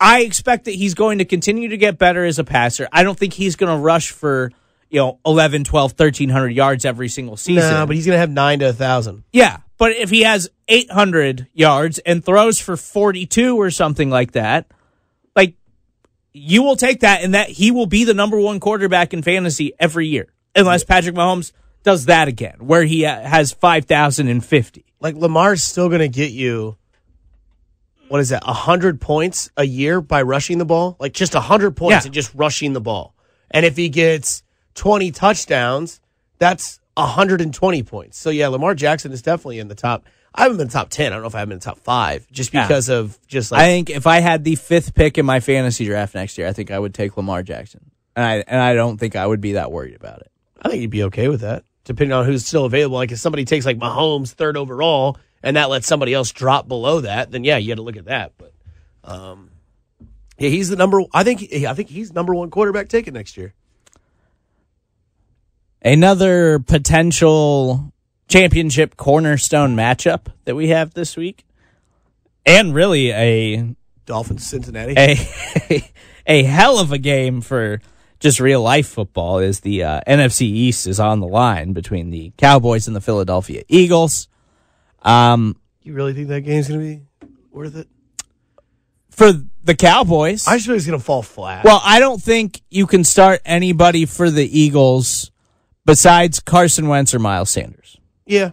Speaker 3: I expect that he's going to continue to get better as a passer. I don't think he's going to rush for, you know, 11, 12, 1300 yards every single
Speaker 4: no,
Speaker 3: season.
Speaker 4: but he's gonna have nine to a thousand.
Speaker 3: yeah. But if he has 800 yards and throws for 42 or something like that, like, you will take that and that he will be the number one quarterback in fantasy every year, unless Patrick Mahomes does that again, where he uh, has 5,050.
Speaker 4: Like Lamar's still gonna get you. What is that? hundred points a year by rushing the ball, like just hundred points
Speaker 3: Yeah.
Speaker 4: and just rushing the ball. And if he gets twenty touchdowns, that's hundred and twenty points. So yeah, Lamar Jackson is definitely in the top. I haven't been top ten. I don't know if I haven't been top five, just
Speaker 3: Yeah.
Speaker 4: because of just like
Speaker 3: I think if I had the fifth pick in my fantasy draft next year, I think I would take Lamar Jackson, and I and I don't think I would be that worried about it.
Speaker 4: I think you'd be okay with that, depending on who's still available. Like if somebody takes like Mahomes third overall, and that lets somebody else drop below that, then yeah, you had to look at that. But um, yeah, he's the number. I think I think he's number one quarterback taken next year.
Speaker 3: Another potential championship cornerstone matchup that we have this week, and really a
Speaker 4: Dolphins, Cincinnati.
Speaker 3: a a hell of a game for just real life football is the uh, NFC East is on the line between the Cowboys and the Philadelphia Eagles. Um,
Speaker 4: You really think that game's gonna be worth it?
Speaker 3: for the Cowboys,
Speaker 4: I just feel it's gonna fall flat.
Speaker 3: Well, I don't think you can start anybody for the Eagles besides Carson Wentz or Miles Sanders.
Speaker 4: yeah,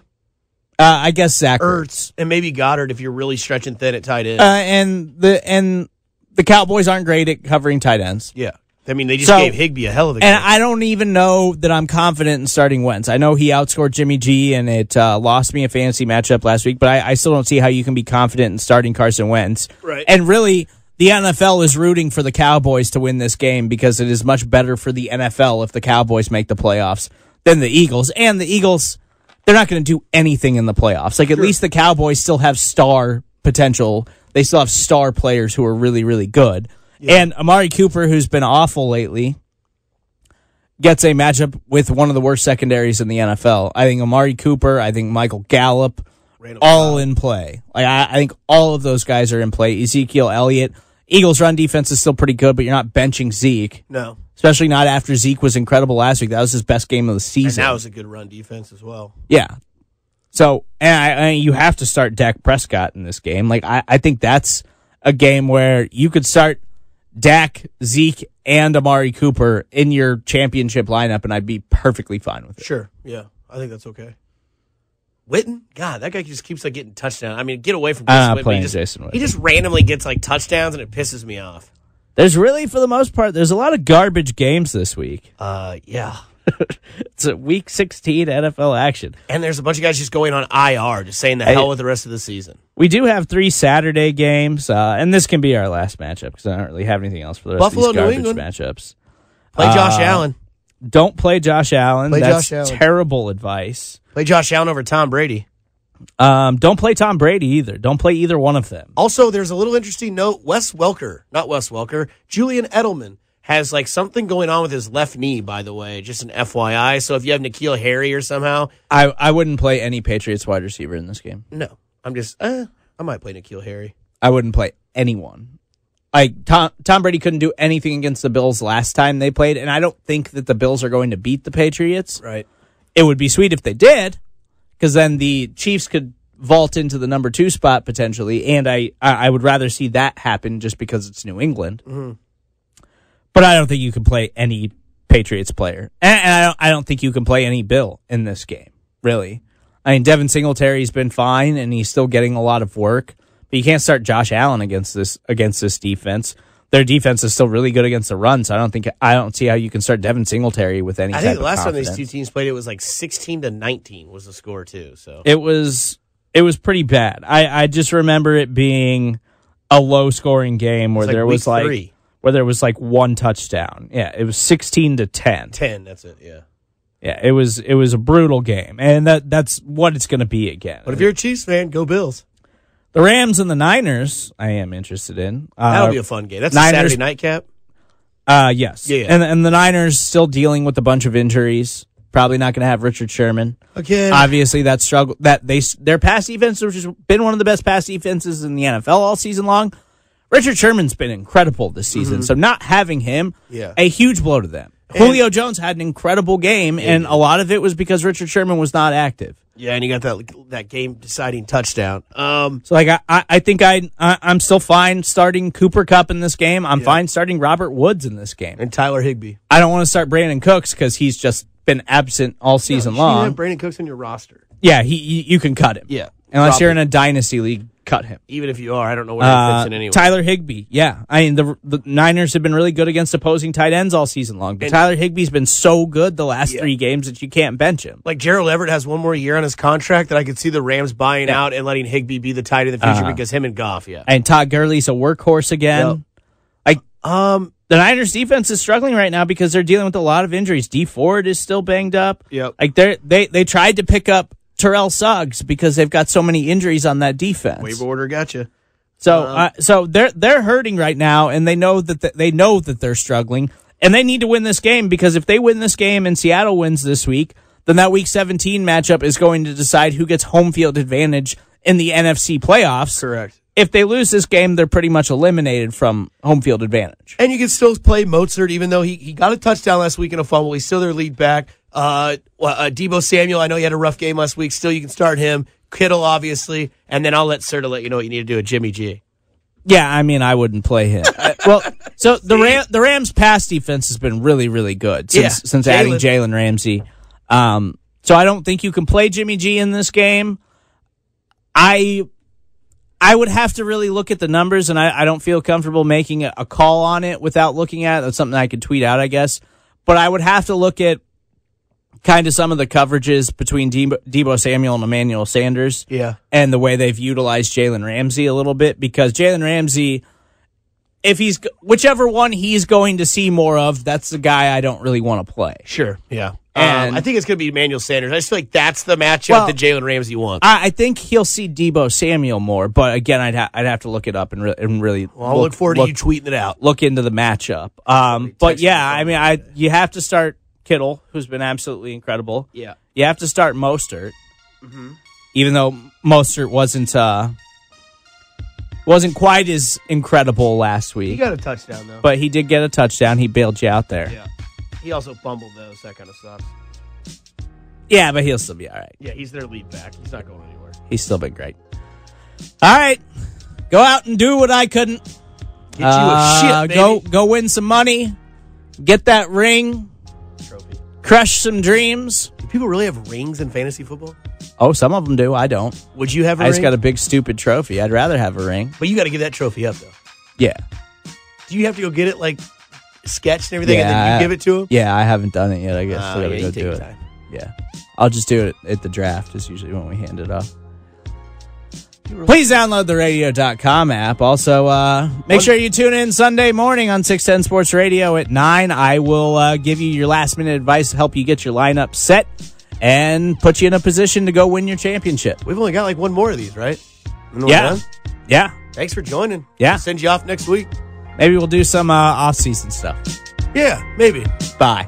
Speaker 3: Uh, I guess Zach
Speaker 4: Ertz and maybe Goddard if you're really stretching thin at tight end.
Speaker 3: Uh, and the and the Cowboys aren't great at covering tight ends.
Speaker 4: yeah, I mean, they just
Speaker 3: So-
Speaker 4: gave Higby a hell of a game.
Speaker 3: And I don't even know that I'm confident in starting Wentz. I know he outscored Jimmy G, and it uh, lost me a fantasy matchup last week. But I, I still don't see how you can be confident in starting Carson Wentz.
Speaker 4: Right.
Speaker 3: And really, the NFL is rooting for the Cowboys to win this game because it is much better for the NFL if the Cowboys make the playoffs than the Eagles. And the Eagles, they're not going to do anything in the playoffs. Like at least the Cowboys still have star potential. They still have star players who are really, really good. And Amari Cooper, who's been awful lately, gets a matchup with one of the worst secondaries in the NFL. I think Amari Cooper, I think Michael Gallup, all in play. Like I, I think all of those guys are in play. Ezekiel Elliott, Eagles run defense is still pretty good, but you're not benching Zeke,
Speaker 4: no,
Speaker 3: especially not after Zeke was incredible last week. That was his best game of
Speaker 4: and
Speaker 3: the season.
Speaker 4: that was a good run defense as well.
Speaker 3: yeah. So and I, I, you have to start Dak Prescott in this game. Like I, I think that's a game where you could start Dak, Zeke, and Amari Cooper in your championship lineup, and I'd be perfectly fine with it.
Speaker 4: Sure. Yeah. I think that's okay. Witten, God, that guy just keeps like getting touchdowns. I mean, get away from
Speaker 3: I'm
Speaker 4: Jason Witten.
Speaker 3: not
Speaker 4: but He
Speaker 3: playing
Speaker 4: just,
Speaker 3: Jason Witten.
Speaker 4: he just randomly gets like touchdowns, and it pisses me off.
Speaker 3: There's really, for the most part, there's a lot of garbage games this week.
Speaker 4: Uh, yeah.
Speaker 3: It's a week 16 NFL action.
Speaker 4: And there's a bunch of guys just going on IR, just saying the
Speaker 3: Hey.
Speaker 4: hell with the rest of the season.
Speaker 3: We do have three Saturday games, uh, and this can be our last matchup because I don't really have anything else for the rest
Speaker 4: Buffalo,
Speaker 3: of
Speaker 4: New
Speaker 3: these garbage
Speaker 4: England.
Speaker 3: matchups.
Speaker 4: Play
Speaker 3: Uh,
Speaker 4: Josh Allen.
Speaker 3: Don't play Josh Allen.
Speaker 4: Play
Speaker 3: That's
Speaker 4: Josh Allen.
Speaker 3: terrible advice.
Speaker 4: Play Josh Allen over Tom Brady.
Speaker 3: Um, don't play Tom Brady either. Don't play either one of them.
Speaker 4: Also, there's a little interesting note. Wes Welker, not Wes Welker, Julian Edelman has like something going on with his left knee, by the way, just an FYI. So if you have Nikhil Harry or somehow,
Speaker 3: I, I wouldn't play any Patriots wide receiver in this game.
Speaker 4: no. I'm just, uh, I might play Nikhil Harry.
Speaker 3: I wouldn't play anyone. Like Tom, Tom Brady couldn't do anything against the Bills last time they played, and I don't think that the Bills are going to beat the Patriots.
Speaker 4: Right.
Speaker 3: It would be sweet if they did, because then the Chiefs could vault into the number two spot potentially, and I I I would rather see that happen just because it's New England.
Speaker 4: Mm-hmm.
Speaker 3: But I don't think you can play any Patriots player, and, and I don't I don't think you can play any Bill in this game. Really, I mean Devin Singletary's been fine, and he's still getting a lot of work, but you can't start Josh Allen against this against this defense. Their defense is still really good against the run, so I don't think I don't see how you can start Devin Singletary with any.
Speaker 4: I
Speaker 3: type
Speaker 4: think
Speaker 3: of
Speaker 4: the last time these
Speaker 3: confidence.
Speaker 4: two teams played, it was like 16 to 19 was the score, too. So
Speaker 3: it was it was pretty bad. I I just remember it being a low scoring game where
Speaker 4: It's like
Speaker 3: there
Speaker 4: week
Speaker 3: was like
Speaker 4: three.
Speaker 3: where there was like one touchdown. Yeah, it was sixteen to ten.
Speaker 4: 10, that's it, yeah.
Speaker 3: Yeah, it was it was a brutal game, and that that's what it's going to be again.
Speaker 4: But if you're a Chiefs fan, go Bills.
Speaker 3: the Rams and the Niners, I am interested in. Uh,
Speaker 4: That'll be a fun game. That's
Speaker 3: Niners-
Speaker 4: a Saturday night cap.
Speaker 3: Uh, yes.
Speaker 4: Yeah, yeah.
Speaker 3: And and the Niners still dealing with a bunch of injuries. Probably not going to have Richard Sherman.
Speaker 4: Again.
Speaker 3: Obviously, that struggle that they their pass defense, which has been one of the best pass defenses in the NFL all season long. Richard Sherman's been incredible this season, so not having him,
Speaker 4: Mm-hmm. Yeah.
Speaker 3: a huge blow to them. Julio Jones had an incredible game, and a lot of it was because Richard Sherman was not active.
Speaker 4: yeah, and you got that that game deciding touchdown. Um,
Speaker 3: So like I, I, I think I, I I'm still fine starting Cooper Cup in this game. I'm fine starting Robert Woods in this game.
Speaker 4: and Tyler Higby.
Speaker 3: I don't want to start Brandon Cooks because he's just been absent all season
Speaker 4: You
Speaker 3: long.
Speaker 4: have Brandon Cooks on your roster.
Speaker 3: yeah, he, you- you can cut him.
Speaker 4: Yeah,
Speaker 3: unless
Speaker 4: drop
Speaker 3: you're
Speaker 4: him.
Speaker 3: in a dynasty league, cut him.
Speaker 4: Even if you are, I don't know where
Speaker 3: Uh,
Speaker 4: it fits in anyway.
Speaker 3: Tyler Higby, yeah. I mean, the, the Niners have been really good against opposing tight ends all season long, but Tyler Higby's been so good the last three games that you can't bench him.
Speaker 4: like Gerald Everett has one more year on his contract that I could see the Rams buying out and letting Higby be the tight end in the future because him and Goff, yeah.
Speaker 3: And Todd Gurley's a workhorse again.
Speaker 4: Um,
Speaker 3: the Niners defense is struggling right now because they're dealing with a lot of injuries. D Ford is still banged up.
Speaker 4: Yep.
Speaker 3: Like they they they tried to pick up Terrell Suggs because they've got so many injuries on that defense.
Speaker 4: waiver order, gotcha.
Speaker 3: So uh, so they're they're hurting right now and they know that th- they know that they're struggling and they need to win this game because if they win this game and Seattle wins this week, then that week 17 matchup is going to decide who gets home field advantage in the NFC playoffs.
Speaker 4: Correct.
Speaker 3: If they lose this game, they're pretty much eliminated from home field advantage.
Speaker 4: And you can still play Mozart, even though he, he got a touchdown last week in a fumble. He's still their lead back. Uh, well, uh, Debo Samuel, I know he had a rough game last week. Still, you can start him. Kittle, obviously. And then I'll let Serta let you know what you need to do with Jimmy G.
Speaker 3: Yeah, I mean, I wouldn't play him. Uh, well, so the Ram, the Rams' pass defense has been really, really good since
Speaker 4: Yeah.
Speaker 3: since adding Jalen Ramsey. Um, so I don't think you can play Jimmy G in this game. I I would have to really look at the numbers, and I, I don't feel comfortable making a, a call on it without looking at it. That's something I could tweet out, I guess. But I would have to look at kind of some of the coverages between Debo, Debo Samuel and Emmanuel Sanders.
Speaker 5: Yeah.
Speaker 3: And the way they've utilized Jalen Ramsey a little bit because Jalen Ramsey, if he's whichever one he's going to see more of, that's the guy I don't really want to play.
Speaker 4: Sure. Yeah.
Speaker 3: And-
Speaker 4: um, I think it's going to be Emmanuel Sanders. I just feel like that's the matchup
Speaker 3: Well-
Speaker 4: that Jalen Ramsey wants.
Speaker 3: I, I think he'll see Debo Samuel more, but again, I'd ha- I'd have to look it up and, re- and really.
Speaker 4: Well, I'll look forward to you tweeting it out.
Speaker 3: Look into the matchup. Um, but yeah, I mean, I you have to start Kittle, who's been absolutely incredible.
Speaker 4: Yeah.
Speaker 3: you have to start Mostert,
Speaker 4: Mm-hmm.
Speaker 3: even though Mostert wasn't uh, wasn't quite as incredible last
Speaker 4: He
Speaker 3: week.
Speaker 4: got a touchdown though.
Speaker 3: but he did get a touchdown. He bailed you out there. Yeah,
Speaker 4: yeah. He also fumbled those. That kind of sucks.
Speaker 3: but he'll still be all right.
Speaker 4: Yeah, he's their lead back. He's not going anywhere.
Speaker 3: He's still been great. All right, go out and do what I couldn't.
Speaker 4: Get you a
Speaker 3: Uh,
Speaker 4: shit, baby.
Speaker 3: Go go win some money, get that ring,
Speaker 4: Trophy.
Speaker 3: crush some dreams.
Speaker 4: Do people really have rings in fantasy football?
Speaker 3: Oh, some of them do. I don't.
Speaker 4: Would you have a
Speaker 3: I just
Speaker 4: ring?
Speaker 3: got a big stupid trophy. I'd rather have a ring.
Speaker 4: But you got to give that trophy up though.
Speaker 3: Yeah.
Speaker 4: Do you have to go get it like sketched and everything, and then you
Speaker 3: Yeah, I-
Speaker 4: give it to him?
Speaker 3: Yeah, I haven't done it yet. I guess
Speaker 4: Oh,
Speaker 3: I gotta
Speaker 4: yeah, you
Speaker 3: go
Speaker 4: take
Speaker 3: do
Speaker 4: your
Speaker 3: it.
Speaker 4: time.
Speaker 3: Yeah, I'll just do it at the draft. Is usually when we hand it off. Please download the radio.com app. Also, uh, make sure you tune in Sunday morning on 610 Sports Radio at 9. I will uh, give you your last minute advice to help you get your lineup set and put you in a position to go win your championship.
Speaker 4: We've only got like one more of these, right? And we're
Speaker 3: Yeah.
Speaker 4: done?
Speaker 3: Yeah.
Speaker 4: Thanks for joining.
Speaker 3: Yeah.
Speaker 4: We'll send you off next week.
Speaker 3: Maybe we'll do some uh, off season stuff.
Speaker 4: Yeah, maybe.
Speaker 3: Bye.